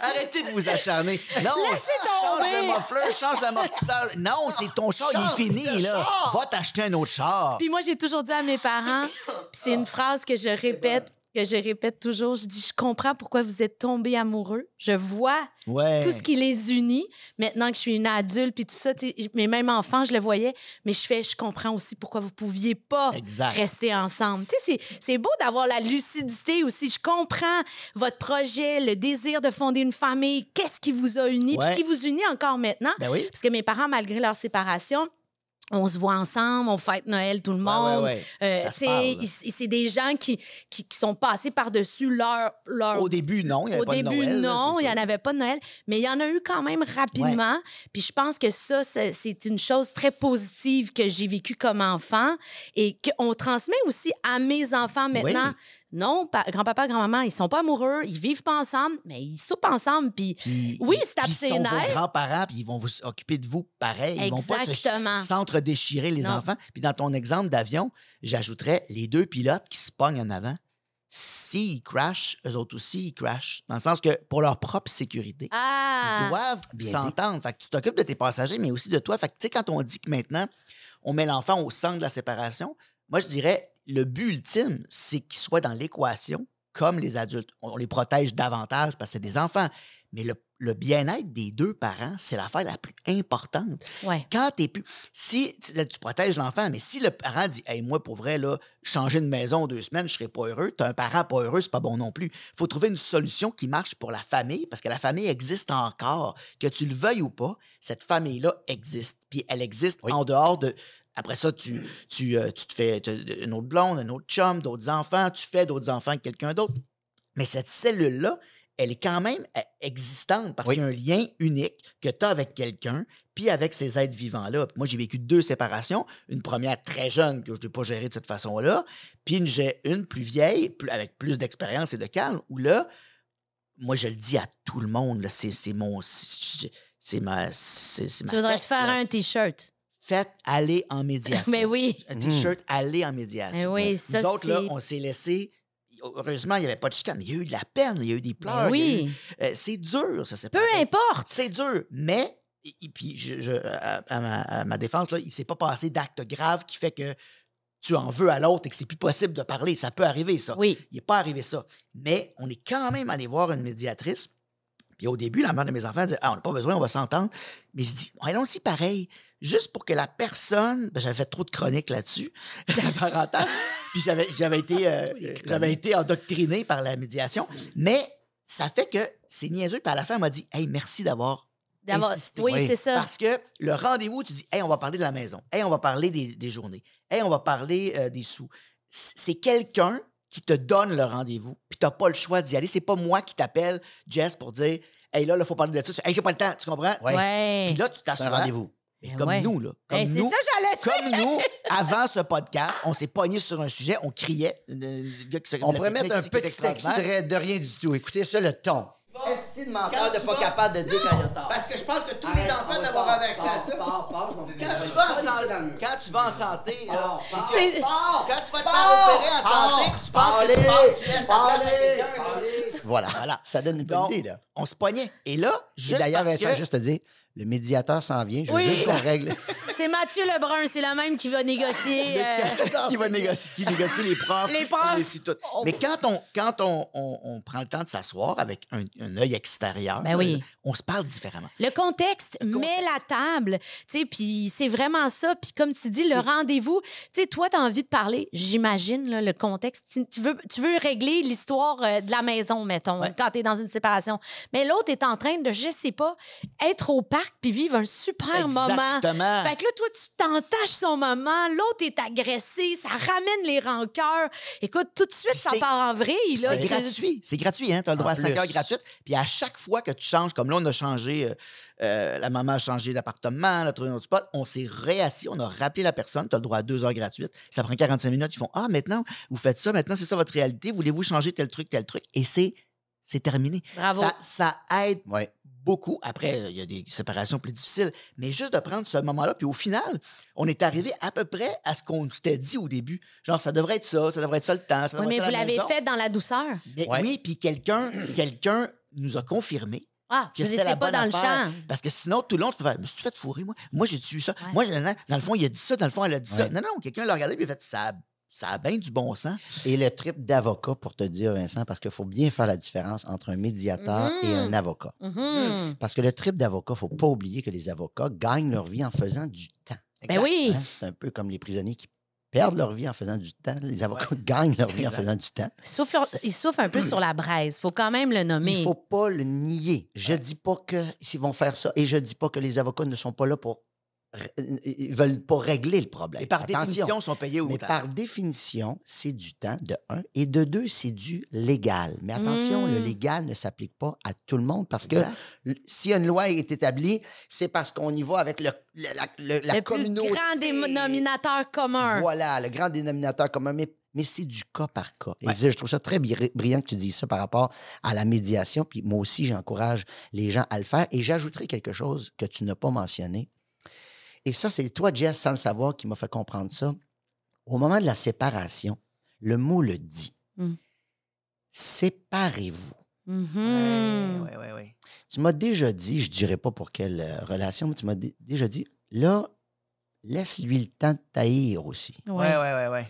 Speaker 3: Arrêtez de vous acharner. Non,
Speaker 2: Laissez
Speaker 3: change
Speaker 2: tomber.
Speaker 3: le muffler, change l'amortisseur. Non, c'est ton char,
Speaker 4: Change
Speaker 3: il est fini,
Speaker 4: de
Speaker 3: là.
Speaker 4: char.
Speaker 3: Va t'acheter un autre char.
Speaker 2: Puis moi, j'ai toujours dit à mes parents, puis c'est une phrase que je répète, que je répète toujours, je dis, je comprends pourquoi vous êtes tombés amoureux. Je vois
Speaker 3: Ouais.
Speaker 2: tout ce qui les unit. Maintenant que je suis une adulte, puis tout ça, tu sais, mes mêmes enfants, je le voyais, mais je fais, je comprends aussi pourquoi vous pouviez pas
Speaker 3: Exact.
Speaker 2: rester ensemble. Tu sais, c'est- c'est beau d'avoir la lucidité aussi. Je comprends votre projet, le désir de fonder une famille, qu'est-ce qui vous a unis, puis
Speaker 3: Ouais.
Speaker 2: ce qui vous unit encore maintenant.
Speaker 3: Ben oui.
Speaker 2: Parce que mes parents, malgré leur séparation, on se voit ensemble, on fête Noël, tout le
Speaker 3: Ouais, ouais,
Speaker 2: monde.
Speaker 3: ouais.
Speaker 2: Euh,
Speaker 3: Ça se
Speaker 2: tu sais,
Speaker 3: parle.
Speaker 2: ils- ils- c'est des gens qui, qui, qui sont passés par-dessus leur, leur
Speaker 3: Au début, non, il n'y avait
Speaker 2: Euh, au
Speaker 3: pas de
Speaker 2: début,
Speaker 3: Noël, là,
Speaker 2: non,
Speaker 3: c'est
Speaker 2: il n'y
Speaker 3: sûr.
Speaker 2: en avait pas de Noël, mais il y en a eu quand même rapidement. Puis je pense que ça, c'est c'est une chose très positive que j'ai vécue comme enfant et qu'on transmet aussi à mes enfants maintenant. Non, pa- grand-papa, grand-maman, ils sont pas amoureux, ils vivent pas ensemble, mais ils soupent ensemble. Puis
Speaker 3: Puis-
Speaker 2: Oui, c'est
Speaker 3: puis Ils sont
Speaker 2: abstinent.
Speaker 3: vos grands-parents, puis ils vont vous occuper de vous pareil. Ils vont
Speaker 2: Exactement.
Speaker 3: pas se- s'entre-déchirer, les
Speaker 2: Ah. Non.
Speaker 3: enfants. Puis dans ton exemple d'avion, j'ajouterais les deux pilotes qui se pognent en avant. S'ils crashent, eux autres aussi, ils crashent. Dans le sens que pour leur propre sécurité, ils
Speaker 2: ah,
Speaker 3: doivent
Speaker 4: Bien dit.
Speaker 3: s'entendre. Fait que tu t'occupes de tes passagers, mais aussi de toi. Fait que, tu sais, quand on dit que maintenant, on met l'enfant au centre de la séparation, moi, je dirais, le but ultime, c'est qu'ils soient dans l'équation comme les adultes. On on les protège davantage parce que c'est des enfants. Mais le, le bien-être des deux parents, c'est l'affaire la plus importante.
Speaker 2: Ouais.
Speaker 3: Quand t'es plus. Si tu- là, tu protèges l'enfant, mais si le parent dit Hey, moi, pour vrai, là, changer de maison en deux semaines, je serais pas heureux, t'as un parent pas heureux, c'est pas bon non plus. faut trouver une solution qui marche pour la famille, parce que la famille existe encore. Que tu le veuilles ou pas, cette famille-là existe. Puis elle existe
Speaker 4: Oui.
Speaker 3: en dehors de. Après ça, tu, tu, euh, tu te fais t'as une autre blonde, un autre chum, d'autres enfants, tu fais d'autres enfants que quelqu'un d'autre. Mais cette cellule-là, elle est quand même euh, existante parce
Speaker 4: Oui.
Speaker 3: qu'il y a un lien unique que tu as avec quelqu'un, puis avec ces êtres vivants-là. Puis Moi, j'ai vécu deux séparations. Une première très jeune que je ne pas gérer de cette façon-là, puis une, j'ai une plus vieille, plus- avec plus d'expérience et de calme, où là, moi, je le dis à tout le monde, là, c'est, c'est mon... C'est c'est ma... C'est, c'est ma
Speaker 2: Tu voudrais
Speaker 3: secte,
Speaker 2: te faire
Speaker 3: là.
Speaker 2: un T-shirt.
Speaker 3: Faites aller en médiation
Speaker 2: Mais oui.
Speaker 3: un
Speaker 4: Mm.
Speaker 3: t-shirt aller en médiation.
Speaker 2: Eh oui,
Speaker 3: Nous
Speaker 2: ça,
Speaker 3: autres, là,
Speaker 2: c'est-
Speaker 3: on s'est laissé. Heureusement, il n'y avait pas de chicane, mais il y a eu de la peine, il y a eu des pleurs.
Speaker 2: Ben
Speaker 3: il y a eu-
Speaker 2: oui.
Speaker 3: Euh, c'est dur, ça, c'est
Speaker 2: Peu importe.
Speaker 3: C'est dur, mais. et- et puis, je, je- à, à ma, à ma défense, là, il ne s'est pas passé d'acte grave qui fait que tu en veux à l'autre et que c'est plus possible de parler. Ça peut arriver, ça.
Speaker 2: Oui.
Speaker 3: Il n'est pas arrivé ça. Mais on est quand même allé voir une médiatrice. Puis au début, la mère de mes enfants disait Ah, on n'a pas besoin, on va s'entendre. Mais je dis Allons-y pareil, juste pour que la personne. Ben, j'avais fait trop de chroniques là-dessus, la parentale. Puis j'avais, j'avais, été, euh, j'avais été endoctriné par la médiation. Mais ça fait que c'est niaiseux. Puis à la fin, elle m'a dit Hey, merci d'avoir
Speaker 2: D'avoir-
Speaker 3: Insister.
Speaker 2: Oui,
Speaker 4: Oui.
Speaker 2: c'est ça.
Speaker 3: parce que le rendez-vous, tu dis, hey, on va parler de la maison, hey, on va parler des, des journées, hey, on va parler euh, des sous. C- C'est quelqu'un qui te donne le rendez-vous, puis t'as pas le choix d'y aller. C'est pas moi qui t'appelle, Jess, pour dire, hey, là, il faut parler de ça. Tu fais, Hey, j'ai pas le temps, tu comprends?
Speaker 4: Ouais.
Speaker 2: Ouais.
Speaker 3: Puis là, tu
Speaker 4: C'est un
Speaker 3: t'assures.
Speaker 4: rendez-vous.
Speaker 3: Mais
Speaker 2: Ben
Speaker 3: comme
Speaker 2: ouais.
Speaker 3: nous, là. Comme
Speaker 2: Eh, c'est
Speaker 3: nous,
Speaker 2: ça, j'allais dire.
Speaker 3: comme nous, avant ce podcast, on s'est pognés sur un sujet, on criait. Le- le gars qui s'occupe
Speaker 4: On
Speaker 3: de la
Speaker 4: pourrait mettre un
Speaker 3: technique
Speaker 4: petit
Speaker 3: ici, qui est extraordinaire.
Speaker 4: extrait de rien du tout. Écoutez ça, le ton. Est-ce
Speaker 3: Quand
Speaker 4: menteur
Speaker 3: tu vas-
Speaker 4: capable de dire quand il y a tort?
Speaker 3: Parce que je pense que tous
Speaker 4: Arrête,
Speaker 3: les enfants
Speaker 4: on
Speaker 3: doivent avoir
Speaker 4: part,
Speaker 3: accès à
Speaker 4: part,
Speaker 3: ça.
Speaker 4: part, part, je vais-
Speaker 3: Quand
Speaker 4: je
Speaker 3: tu,
Speaker 4: vais
Speaker 3: vas Ah. en
Speaker 4: te laisser dans le
Speaker 3: santé,
Speaker 4: mur.
Speaker 3: quand tu vas en santé, là,
Speaker 4: Pars, pars,
Speaker 2: C'est-
Speaker 3: pars, quand tu vas te
Speaker 4: pars,
Speaker 3: faire opérer en santé,
Speaker 4: pars,
Speaker 3: tu penses que tu
Speaker 4: parlez,
Speaker 3: pars, tu laisses ta place à
Speaker 4: parlez,
Speaker 3: quelqu'un. là.
Speaker 4: parlez. Voilà. voilà, ça donne une bonne
Speaker 3: Donc,
Speaker 4: idée. Là.
Speaker 3: On se pognait. Et là,
Speaker 4: Et
Speaker 3: juste
Speaker 4: D'ailleurs,
Speaker 3: parce
Speaker 4: Vincent,
Speaker 3: que...
Speaker 4: juste te dire, le médiateur s'en vient. Je veux
Speaker 2: Oui.
Speaker 4: juste qu'on règle.
Speaker 2: C'est Mathieu Lebrun, c'est le même qui va négocier. euh,
Speaker 4: qui
Speaker 3: qui va négocier, qui négocie les profs. Oh.
Speaker 2: Les profs.
Speaker 3: les sites- Mais quand, on, quand on, on- on prend le temps de s'asseoir avec un, un œil extérieur,
Speaker 2: Ben oui.
Speaker 3: on se parle différemment.
Speaker 2: Le contexte, met la table, tu sais, puis c'est vraiment ça. Puis comme tu dis,
Speaker 3: C'est-
Speaker 2: le rendez-vous, tu sais, toi, tu as envie de parler, j'imagine, là, le contexte. Tu, tu veux, tu veux régler l'histoire euh, de la maison, mettons,
Speaker 3: Ouais.
Speaker 2: quand tu es dans une séparation. Mais l'autre est en train de, je sais pas, être au parc puis vivre un super moment.
Speaker 3: Exactement.
Speaker 2: Fait que là, toi, tu t'entaches son moment, l'autre est agressé, ça ramène les rancœurs. Écoute, tout de suite,
Speaker 3: Puis
Speaker 2: ça
Speaker 3: c'est-
Speaker 2: part en vrille. là.
Speaker 3: C'est
Speaker 2: Tu-
Speaker 3: gratuit. C'est gratuit, hein? Tu as le
Speaker 4: En
Speaker 3: droit à 5
Speaker 4: plus.
Speaker 3: heures gratuites. Puis à chaque fois que tu changes, comme là, on a changé, euh, euh, la maman a changé d'appartement, elle a trouvé un autre spot, on s'est réassis, on a rappelé la personne, tu as le droit à 2 heures gratuites. Ça prend 45 minutes. Ils font Ah, maintenant, vous faites ça, maintenant, c'est ça votre réalité. Voulez-vous changer tel truc, tel truc? Et c'est. C'est terminé.
Speaker 2: Bravo.
Speaker 3: Ça, ça aide
Speaker 4: Ouais.
Speaker 3: beaucoup. Après, il y a des séparations plus difficiles. Mais juste de prendre ce moment-là, puis au final, on est arrivé à peu près à ce qu'on s'était dit au début. Genre, ça devrait être ça, ça devrait être ça le temps, ça
Speaker 2: Oui,
Speaker 3: devrait
Speaker 2: mais
Speaker 3: être
Speaker 2: vous
Speaker 3: ça la
Speaker 2: l'avez
Speaker 3: maison.
Speaker 2: fait dans la douceur.
Speaker 3: Mais
Speaker 4: Ouais.
Speaker 3: oui, puis quelqu'un quelqu'un nous a confirmé
Speaker 2: Ah,
Speaker 3: que
Speaker 2: vous
Speaker 3: c'était la
Speaker 2: n'étiez pas
Speaker 3: bonne
Speaker 2: dans
Speaker 3: affaire.
Speaker 2: le champ.
Speaker 3: Parce que sinon, tout le long, tu peux faire Me suis fait fourrer, moi. Moi, j'ai tué ça.
Speaker 2: Ouais.
Speaker 3: Moi, nan, nan, dans le fond, il a dit ça. Dans le fond, elle a dit ça.
Speaker 4: Ouais.
Speaker 3: Non, non, quelqu'un l'a regardé et il a fait ça. a- Ça a bien du bon sens.
Speaker 4: Et le trip d'avocat pour te dire, Vincent, parce qu'il faut bien faire la différence entre un médiateur
Speaker 2: Mhm.
Speaker 4: et un
Speaker 3: Mm.
Speaker 4: avocat.
Speaker 2: Mhm.
Speaker 4: Parce que le trip d'avocat, faut pas oublier que les avocats gagnent leur vie en faisant du temps.
Speaker 2: Ben oui.
Speaker 4: Hein, C'est un peu comme les prisonniers qui perdent leur vie en faisant du temps. Les avocats gagnent leur vie en
Speaker 3: Exact.
Speaker 4: faisant du temps.
Speaker 2: Souffle, il souffle un peu sur la braise. faut quand même le nommer.
Speaker 4: Il faut pas le nier. Je dis pas que s'ils vont faire ça et je dis pas que les avocats ne sont pas là pour r- ils veulent pas régler le problème.
Speaker 3: Et par
Speaker 4: Ben, Attention.
Speaker 3: définition, ils sont payés au
Speaker 4: Mais
Speaker 3: temps.
Speaker 4: par définition, c'est du temps, de un. Et de deux, c'est du légal. Mais attention,
Speaker 2: Mm.
Speaker 4: le légal ne s'applique pas à tout le monde parce que
Speaker 3: Mmh. Exact.
Speaker 4: l- si une loi est établie, c'est parce qu'on y va avec le, le- la, le- la
Speaker 2: le
Speaker 4: communauté.
Speaker 2: plus grand dénominateur commun.
Speaker 4: Voilà, le grand dénominateur commun. Mais, mais c'est du cas par cas. Et
Speaker 3: Ouais.
Speaker 4: je trouve ça très bri- brillant que tu dises ça par rapport à la médiation. Puis moi aussi, j'encourage les gens à le faire. Et j'ajouterai quelque chose que tu n'as pas mentionné. Et ça, c'est toi, Jess, sans le savoir, qui m'a fait comprendre ça. Au moment de la séparation, le mot le dit.
Speaker 2: Mm.
Speaker 4: Séparez-vous.
Speaker 2: Mhm.
Speaker 3: Ouais, ouais, ouais, ouais.
Speaker 4: Tu m'as déjà dit, je ne dirais pas pour quelle euh, relation, mais tu m'as dé- déjà dit, là, laisse-lui le temps de taillir aussi.
Speaker 2: Ouais.
Speaker 3: Ouais, ouais, ouais, ouais.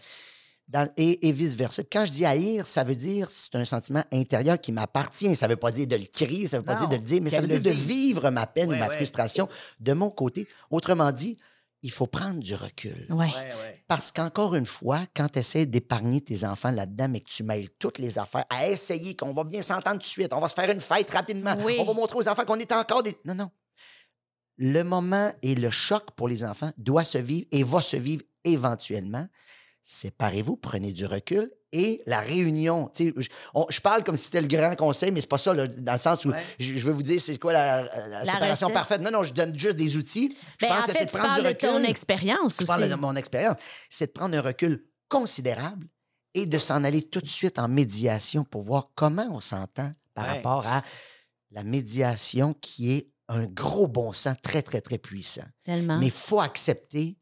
Speaker 4: dans- et, et vice-versa. Puis Quand je dis haïr, ça veut dire c'est un sentiment intérieur qui m'appartient. Ça veut pas dire de le crier, ça veut pas
Speaker 3: Non,
Speaker 4: dire de le dire, mais ça
Speaker 3: qu'elle
Speaker 4: veut
Speaker 3: le
Speaker 4: dire de
Speaker 3: vive.
Speaker 4: vivre ma peine
Speaker 3: Ouais,
Speaker 4: ou ma
Speaker 3: ouais.
Speaker 4: frustration de mon côté. Autrement dit, il faut prendre du recul.
Speaker 2: Ouais.
Speaker 3: Ouais, ouais.
Speaker 4: Parce qu'encore une fois, quand tu essaies d'épargner tes enfants là-dedans, mais que tu mêles toutes les affaires à essayer, qu'on va bien s'entendre tout de suite, on va se faire une fête rapidement,
Speaker 2: Oui.
Speaker 4: on va montrer aux enfants qu'on est encore des. Non, non. Le moment et le choc pour les enfants doit se vivre et va se vivre éventuellement. Séparez-vous, prenez du recul et la réunion. tu sais, Je, on- je parle comme si c'était le grand conseil, mais c'est pas ça, là, dans le sens où
Speaker 3: Ouais.
Speaker 4: je, je veux vous dire c'est quoi la, la séparation
Speaker 2: recette.
Speaker 4: parfaite. Non, non, je donne juste des outils. Je
Speaker 2: Ben, en
Speaker 4: pense que c'est
Speaker 2: fait,
Speaker 4: de
Speaker 2: tu
Speaker 4: prendre du
Speaker 2: parles de
Speaker 4: recul.
Speaker 2: ton expérience
Speaker 4: Je
Speaker 2: aussi.
Speaker 4: parle de mon expérience, c'est de prendre un recul considérable et de s'en aller tout de suite en médiation pour voir comment on s'entend par
Speaker 3: Ouais.
Speaker 4: rapport à la médiation qui est un gros bon sens très, très, très puissant.
Speaker 3: Hein?
Speaker 2: Tellement.
Speaker 4: Mais il faut accepter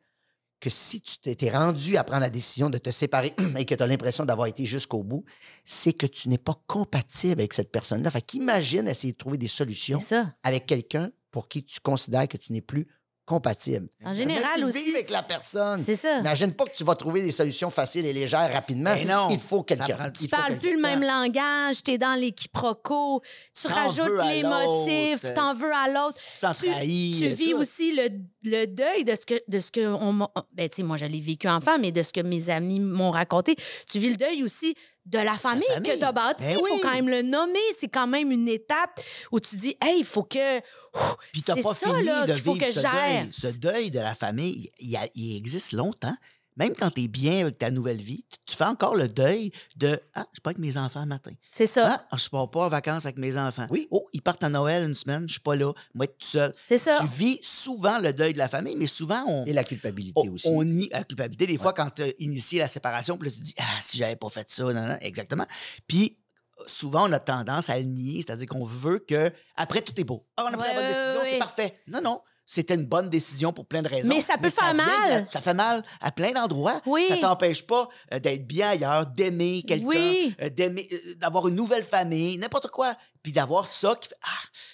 Speaker 4: que si tu t'étais rendu à prendre la décision de te séparer et que tu as l'impression d'avoir été jusqu'au bout, c'est que tu n'es pas compatible avec cette personne-là. Fait qu'imagine essayer de trouver des solutions
Speaker 2: C'est ça.
Speaker 4: avec quelqu'un pour qui tu considères que tu n'es plus compatible.
Speaker 2: En général
Speaker 4: Même
Speaker 2: aussi.
Speaker 4: Vivre avec la personne.
Speaker 2: C'est ça. Ben
Speaker 4: N'imagine pas que tu vas trouver des solutions faciles et légères rapidement.
Speaker 3: Mais non,
Speaker 4: Il te faut
Speaker 3: ça
Speaker 4: quelqu'un.
Speaker 3: prend-
Speaker 4: Il
Speaker 2: Tu
Speaker 4: te faut
Speaker 2: parles
Speaker 4: quelqu'un.
Speaker 2: plus le même langage, t'es dans les quiproquos, tu
Speaker 3: T'en veux
Speaker 2: rajoutes
Speaker 3: à
Speaker 2: les
Speaker 3: l'autre.
Speaker 2: motifs, t'en veux à l'autre.
Speaker 3: Tu te sens
Speaker 2: Tu,
Speaker 3: trahi.
Speaker 2: tu
Speaker 3: et
Speaker 2: vis
Speaker 3: tout.
Speaker 2: aussi le, le deuil de ce que de ce que on m'a- ben tu sais moi je l'ai vécu enfant mais de ce que mes amis m'ont raconté tu vis le deuil aussi de la famille,
Speaker 3: famille.
Speaker 2: que tu as bâtie
Speaker 3: Ben
Speaker 2: il faut
Speaker 3: oui.
Speaker 2: quand même le nommer c'est quand même une étape où tu dis hey il faut que ouf,
Speaker 3: Puis t'as
Speaker 2: c'est
Speaker 3: pas
Speaker 2: ça,
Speaker 3: fini
Speaker 2: là,
Speaker 3: de
Speaker 2: qu'il faut
Speaker 3: vivre
Speaker 2: que
Speaker 3: ce
Speaker 2: gère.
Speaker 3: deuil. Ce deuil de la famille, il, a- il existe longtemps. Même quand t'es bien avec ta nouvelle vie, tu- tu fais encore le deuil de « Ah, je suis pas avec mes enfants le matin.
Speaker 2: c'est ça
Speaker 3: Ah, je pars pas en vacances avec mes enfants.
Speaker 4: Oui.
Speaker 3: Oh, ils partent à Noël une semaine, je suis pas là. Moi, tout seul. »
Speaker 2: c'est ça
Speaker 3: Tu vis souvent le deuil de la famille, mais souvent, on,
Speaker 4: Et la culpabilité
Speaker 3: on-
Speaker 4: aussi.
Speaker 3: Oh, on nie la culpabilité. Des fois, quand tu as initié la séparation, puis là, tu te dis Ah, si j'avais pas fait ça, non, non, exactement. Puis souvent, on a tendance à le nier, c'est-à-dire qu'on veut que après tout est beau. Ah, on a pris
Speaker 2: Ouais,
Speaker 3: la bonne
Speaker 2: ouais,
Speaker 3: décision,
Speaker 2: ouais,
Speaker 3: c'est
Speaker 2: ouais.
Speaker 3: parfait. Non, non. C'était une bonne décision pour plein de raisons.
Speaker 2: Mais ça peut faire
Speaker 3: vient de la-
Speaker 2: mal.
Speaker 3: ça fait mal à plein d'endroits.
Speaker 2: Oui.
Speaker 3: Ça t'empêche pas euh, d'être bien ailleurs, d'aimer quelqu'un,
Speaker 2: Oui.
Speaker 3: euh, d'aimer, euh, d'avoir une nouvelle famille, n'importe quoi. Puis d'avoir ça qui fait Ah,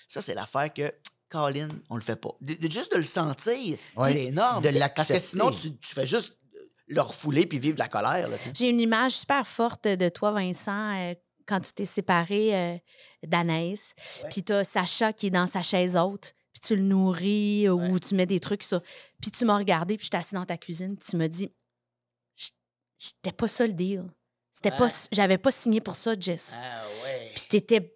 Speaker 3: ça, c'est l'affaire que Colin, on le fait pas. De- de- juste de le sentir,
Speaker 4: Ouais.
Speaker 3: c'est énorme.
Speaker 4: De l'accepter.
Speaker 3: Parce que sinon, tu, tu fais juste le refouler puis vivre de la colère. Là, tu sais.
Speaker 2: J'ai une image super forte de toi, Vincent, euh, quand tu t'es séparé euh, d'Anaïs. Puis tu as Sacha qui est dans sa chaise haute. Puis tu le nourris euh, ou tu mets des trucs sur. Puis tu m'as regardé, puis j'étais assis dans ta cuisine. Puis tu m'as dit J- J'étais pas ça le deal. C'était
Speaker 3: Ouais.
Speaker 2: pas, j'avais pas signé pour ça, Jess.
Speaker 3: Ah ouais.
Speaker 2: Puis t'étais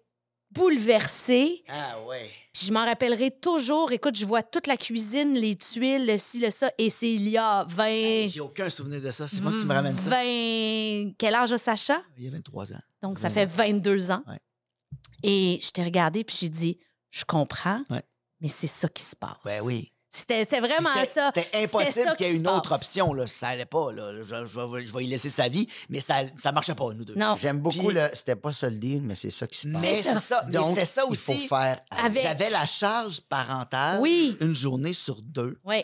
Speaker 2: bouleversée.
Speaker 3: Ah ouais.
Speaker 2: Puis je m'en rappellerai toujours. Écoute, je vois toute la cuisine, les tuiles, le ci, le ça. Et c'est il y a 20.
Speaker 3: Hey, J'ai aucun souvenir de ça. C'est moi que tu me ramènes ça.
Speaker 2: 20 Quel âge a Sacha?
Speaker 3: Il y a 23 ans.
Speaker 2: Donc, ça fait 22 ans.
Speaker 3: Ouais.
Speaker 2: Et je t'ai regardé puis j'ai dit, je comprends,
Speaker 3: Ouais.
Speaker 2: mais c'est ça qui se passe.
Speaker 3: Ben oui.
Speaker 2: C'était c'était vraiment
Speaker 3: Puis c'était-
Speaker 2: ça.
Speaker 3: C'était impossible
Speaker 2: ça
Speaker 3: qu'il y ait
Speaker 2: qui se
Speaker 3: une autre
Speaker 2: passe.
Speaker 3: option. Là. Ça allait pas. Là. Je, je vais- je vais y laisser sa vie, mais ça ne marchait pas, nous deux.
Speaker 2: Non,
Speaker 4: J'aime beaucoup
Speaker 3: Puis-
Speaker 4: le. C'était pas ça le deal, mais c'est ça qui se passe.
Speaker 3: Mais c'est ça. Mais
Speaker 4: Donc,
Speaker 3: c'était ça
Speaker 4: il
Speaker 3: aussi.
Speaker 4: faut faire.
Speaker 2: Avec-
Speaker 3: J'avais la charge parentale
Speaker 2: Oui.
Speaker 3: une journée sur deux.
Speaker 2: oui.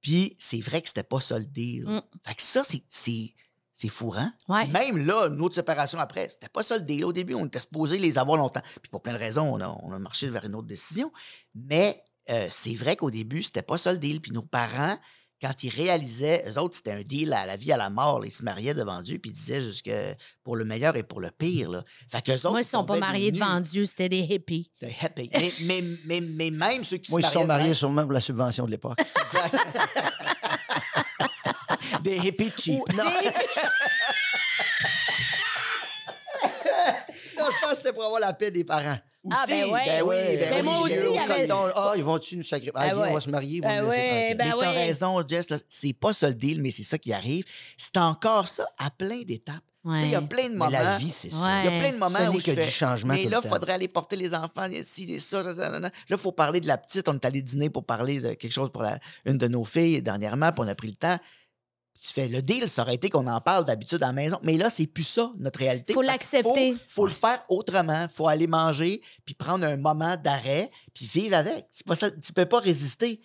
Speaker 3: Puis c'est vrai que c'était pas ça le deal.
Speaker 2: Mm.
Speaker 3: Fait que ça, c'est- c'est c'est fourrant.
Speaker 2: Ouais.
Speaker 3: Même là, une autre séparation après, c'était pas ça le deal. Au début, on était supposé les avoir longtemps. Puis pour plein de raisons, on a, on a marché vers une autre décision. Mais euh, c'est vrai qu'au début, c'était pas ça le deal. Puis nos parents, quand ils réalisaient, eux autres, c'était un deal à la vie, à la mort. là. Ils se mariaient devant Dieu, puis ils disaient jusque pour le meilleur et pour le pire. Là. Fait qu'eux autres.
Speaker 2: Moi, ils sont pas
Speaker 3: tombaient des
Speaker 2: mariés
Speaker 3: nus,
Speaker 2: devant Dieu, c'était des hippies.
Speaker 3: de happy. Mais, mais, mais, mais même ceux qui
Speaker 4: Moi, ils
Speaker 3: se
Speaker 4: se sont
Speaker 3: mariaient
Speaker 4: mariés sûrement pour la subvention de l'époque.
Speaker 3: devant- Des hippies cheap.
Speaker 4: Ou- non. non, je pense que c'était pour avoir la paix des parents.
Speaker 2: Ah, ben ouais.
Speaker 3: Ben oui, ben
Speaker 2: Mais
Speaker 3: oui,
Speaker 2: moi
Speaker 3: j'ai
Speaker 2: aussi,
Speaker 3: eu
Speaker 2: il y avait-
Speaker 3: coton.
Speaker 4: Ah, ils vont-tu nous sacrer? Ah,
Speaker 2: Ah
Speaker 4: viens,
Speaker 2: ouais.
Speaker 4: on va se marier, ils vont
Speaker 2: Ah
Speaker 4: nous laisser
Speaker 2: ouais,
Speaker 4: tranquilles.
Speaker 2: ben
Speaker 3: mais t'as
Speaker 2: ouais.
Speaker 3: raison, Jess, là, c'est pas ça le deal, mais c'est ça qui arrive. C'est encore ça à plein d'étapes. Tu
Speaker 2: Ouais.
Speaker 3: sais, Il y a plein de
Speaker 4: Mais
Speaker 3: moments.
Speaker 4: la vie, c'est ça.
Speaker 2: Ouais.
Speaker 3: Il y a plein de moments
Speaker 4: Ce n'est
Speaker 3: où
Speaker 4: que
Speaker 3: je
Speaker 4: du
Speaker 3: fais,
Speaker 4: changement
Speaker 3: Mais
Speaker 4: tout
Speaker 3: là,
Speaker 4: le temps.
Speaker 3: faudrait aller porter les enfants, il y a ci, il y a ça, nanana. là, il faut parler de la petite. On est allé dîner pour parler de quelque chose pour la- une de nos filles dernièrement, puis on a pris le temps. Tu fais le deal, ça aurait été qu'on en parle d'habitude à la maison, mais là, c'est plus ça, notre réalité.
Speaker 2: Faut
Speaker 3: Fait que
Speaker 2: l'accepter.
Speaker 3: Faut, faut le faire autrement. Faut aller manger, puis prendre un moment d'arrêt, puis vivre avec. C'est pas ça, tu peux pas résister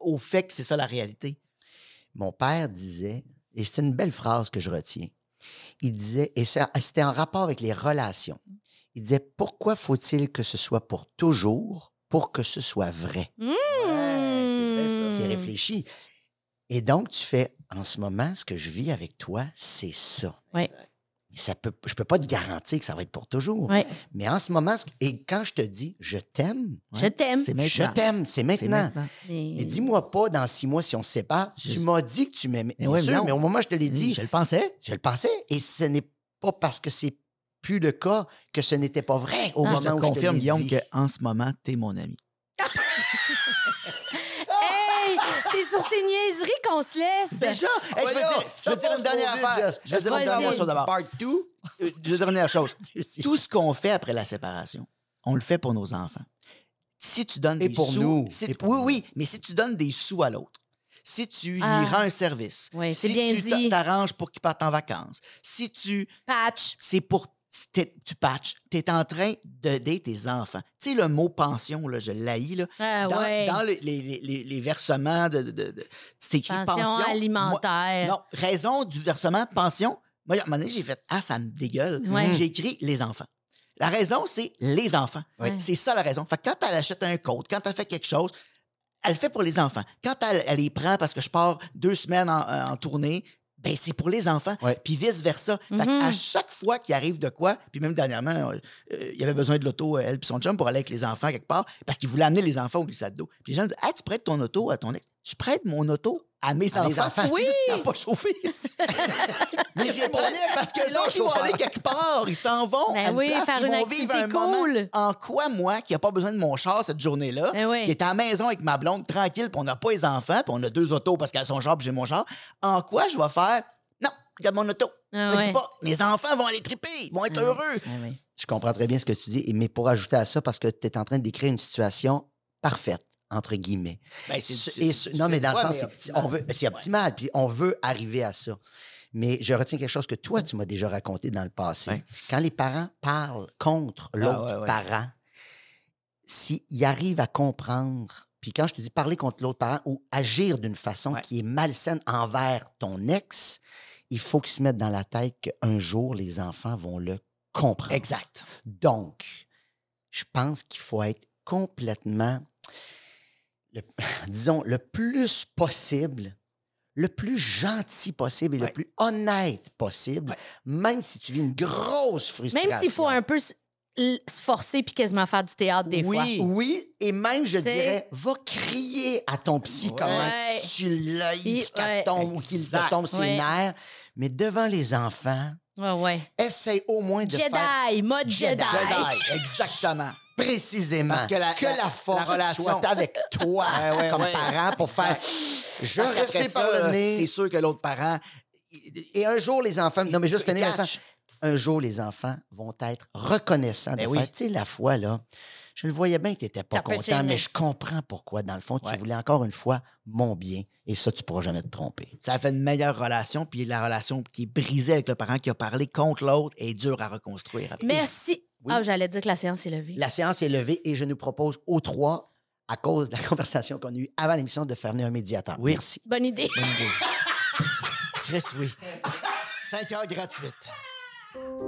Speaker 3: au fait que c'est ça la réalité.
Speaker 4: Mon père disait, et c'est une belle phrase que je retiens, il disait, et ça- c'était en rapport avec les relations, il disait, pourquoi faut-il que ce soit pour toujours pour que ce soit vrai?
Speaker 2: Hmm.
Speaker 3: Mm.
Speaker 4: C'est réfléchi. Et donc, tu fais, en ce moment, ce que je vis avec toi, c'est ça.
Speaker 2: Oui.
Speaker 4: Exact. Ça peut, je peux pas te garantir que ça va être pour toujours.
Speaker 2: Oui.
Speaker 4: Mais en ce moment, ce- et quand je te dis je t'aime,
Speaker 2: Je t'aime.
Speaker 3: C'est
Speaker 4: je
Speaker 3: maintenant.
Speaker 4: t'aime, c'est
Speaker 3: C'est
Speaker 4: maintenant.
Speaker 3: maintenant.
Speaker 2: Mais-
Speaker 4: Et dis-moi pas dans six mois si on se sépare,
Speaker 3: Je-
Speaker 4: tu m'as dit que tu m'aimais.
Speaker 3: Mais
Speaker 4: Bien
Speaker 3: ouais, mais
Speaker 4: sûr,
Speaker 3: non.
Speaker 4: mais au moment où je te l'ai dit,
Speaker 3: Je le pensais.
Speaker 4: je le pensais. Et ce n'est pas parce que c'est plus le cas que ce n'était pas vrai au
Speaker 2: Ah,
Speaker 4: moment
Speaker 3: je te
Speaker 4: où
Speaker 3: confirme,
Speaker 4: je te l'ai
Speaker 3: Guillaume,
Speaker 4: dit.
Speaker 3: qu'en ce moment, t'es mon ami.
Speaker 2: Hey! C'est sur ces niaiseries qu'on se laisse.
Speaker 3: Déjà, hey, Ben, Eh, je veux
Speaker 4: Voyons,
Speaker 3: dire, je
Speaker 4: ça
Speaker 3: veux dire
Speaker 4: passe
Speaker 3: une dernière
Speaker 4: trop vite,
Speaker 3: affaire.
Speaker 4: Jess.
Speaker 3: Je veux dire
Speaker 2: Vas-y.
Speaker 3: une dernière chose d'abord.
Speaker 4: Part 2.
Speaker 3: Euh, je veux dire une dernière chose. Tout ce qu'on fait après la séparation, on le fait pour nos enfants. Si tu donnes
Speaker 4: Et
Speaker 3: des
Speaker 4: pour
Speaker 3: sous,
Speaker 4: nous.
Speaker 3: si-
Speaker 4: Et pour
Speaker 3: oui,
Speaker 4: nous.
Speaker 3: oui, mais si tu donnes des sous à l'autre, si tu
Speaker 2: Ah.
Speaker 3: lui rends un service,
Speaker 2: Oui, c'est
Speaker 3: si
Speaker 2: bien
Speaker 3: tu
Speaker 2: dit.
Speaker 3: t'arranges pour qu'il parte en vacances, si tu
Speaker 2: Patch.
Speaker 3: c'est pour. t'es- Tu patches. Tu es en train d'aider tes enfants. Tu sais, le mot pension, là, je l'haïs. Là,
Speaker 2: Ah,
Speaker 3: dans
Speaker 2: ouais.
Speaker 3: dans les, les- les- les- les versements de. de, de, de- c'est écrit
Speaker 2: Pension,
Speaker 3: pension. Moi-
Speaker 2: alimentaire.
Speaker 3: non, raison du versement pension. Moi, à un moment donné, j'ai fait Ah, ça me dégueule.
Speaker 2: Ouais.
Speaker 3: J'ai écrit les enfants. La raison, c'est les enfants.
Speaker 2: Oui.
Speaker 3: C'est ça la raison. Fait que quand elle achète un code, quand elle fait quelque chose, elle le fait pour les enfants. Quand elle, elle les prend parce que je pars deux semaines en, euh, en tournée, ben c'est pour les enfants.
Speaker 4: Ouais.
Speaker 3: Puis vice-versa. Fait
Speaker 2: Mhm.
Speaker 3: qu'à chaque fois qu'il arrive de quoi, puis même dernièrement, euh, euh, il y avait besoin de l'auto, euh, elle et son chum, pour aller avec les enfants quelque part, parce qu'il voulait amener les enfants au glissade d'eau. Puis les gens disent Ah, tu prêtes ton auto à ton ex. Je prête mon auto à mes
Speaker 4: À
Speaker 3: enfants.
Speaker 4: mes enfants.
Speaker 3: Oui. Ça n'a pas chauffé. Mais j'ai pas parce que là, ils vont aller quelque part. Ils s'en vont.
Speaker 2: Ben
Speaker 3: à une
Speaker 2: oui,
Speaker 3: place,
Speaker 2: faire
Speaker 3: ils
Speaker 2: une
Speaker 3: vont vivre un
Speaker 2: activité
Speaker 3: moment.
Speaker 2: cool.
Speaker 3: En quoi, moi, qui n'a pas besoin de mon char cette journée-là,
Speaker 2: Ben oui.
Speaker 3: qui est à la maison avec ma blonde tranquille, puis on n'a pas les enfants, puis on a deux autos parce qu'elles sont char, puis j'ai mon char, en quoi je vais faire Non, regarde mon auto.
Speaker 2: Ah,
Speaker 3: Vas-y
Speaker 2: ouais.
Speaker 3: pas. Mes enfants vont aller triper, ils vont être
Speaker 2: Ah,
Speaker 3: heureux.
Speaker 2: Ah, oui.
Speaker 4: Je comprends très bien ce que tu dis, et- mais pour ajouter à ça, parce que tu es en train de décrire une situation parfaite, entre guillemets.
Speaker 3: Ben, c'est-
Speaker 4: Ce-
Speaker 3: c'est-
Speaker 4: et ce-
Speaker 3: c'est-
Speaker 4: non, mais dans le
Speaker 3: ouais,
Speaker 4: sens,
Speaker 3: mais
Speaker 4: c'est- on veut, c'est
Speaker 3: Ouais.
Speaker 4: optimal, puis on veut arriver à ça. Mais je retiens quelque chose que toi, tu m'as déjà raconté dans le passé.
Speaker 3: Ouais. Ah,
Speaker 4: Quand les parents parlent contre l'autre
Speaker 3: ouais, ouais.
Speaker 4: parent, s'ils arrivent à comprendre, puis quand je te dis parler contre l'autre parent ou agir d'une façon
Speaker 3: Ouais.
Speaker 4: qui est malsaine envers ton ex, il faut qu'ils se mettent dans la tête qu'un jour, les enfants vont le comprendre.
Speaker 3: Exact.
Speaker 4: Donc, je pense qu'il faut être complètement, le- disons, le plus possible, le plus gentil possible et
Speaker 3: Ouais.
Speaker 4: le plus honnête possible,
Speaker 3: Ouais.
Speaker 4: même si tu vis une grosse frustration.
Speaker 2: Même s'il faut un peu s- l- se forcer puis quasiment faire du théâtre des fois.
Speaker 3: Oui.
Speaker 4: Oui, et même, je
Speaker 2: C'est-
Speaker 4: dirais, va crier à ton psy
Speaker 3: Ouais.
Speaker 4: comment tu l'as
Speaker 2: Il-
Speaker 4: puis qu'elle
Speaker 2: ouais.
Speaker 4: tombe ou qu'il
Speaker 3: Exact.
Speaker 4: te tombe ses
Speaker 2: Ouais.
Speaker 4: nerfs. Mais devant les enfants,
Speaker 2: Ouais, ouais.
Speaker 4: essaye au moins de
Speaker 2: Jedi,
Speaker 4: faire
Speaker 2: mode Jedi.
Speaker 3: Jedi, exactement.
Speaker 4: précisément
Speaker 3: Parce que la- la- la
Speaker 4: force
Speaker 3: relation-
Speaker 4: soit avec toi
Speaker 3: Ouais, ouais,
Speaker 4: comme
Speaker 3: ouais.
Speaker 4: parent pour faire je
Speaker 3: Parce qu'après
Speaker 4: respire
Speaker 3: ça,
Speaker 4: par le
Speaker 3: là,
Speaker 4: nez
Speaker 3: C'est sûr que l'autre parent.
Speaker 4: et un jour les enfants non mais juste finir le
Speaker 3: Catch.
Speaker 4: sens. un jour les enfants vont être reconnaissants de
Speaker 3: Ben oui.
Speaker 4: faire tu sais la fois là je le voyais bien que tu n'étais pas
Speaker 2: T'as pas
Speaker 4: content,
Speaker 2: saigné.
Speaker 4: mais je comprends pourquoi. Dans le fond,
Speaker 3: Ouais.
Speaker 4: tu voulais encore une fois mon bien. Et ça, tu pourras jamais te tromper.
Speaker 3: Ça fait une meilleure relation, puis la relation qui est brisée avec le parent qui a parlé contre l'autre est dure à reconstruire. après.
Speaker 2: Merci.
Speaker 4: Oui.
Speaker 2: Ah, j'allais dire que la séance est levée.
Speaker 4: La séance est levée et je nous propose aux trois, à cause de la conversation qu'on a eue avant l'émission, de faire venir un médiateur.
Speaker 3: Oui.
Speaker 4: Merci.
Speaker 2: Bonne idée.
Speaker 3: Chris, oui. Cinq heures gratuites.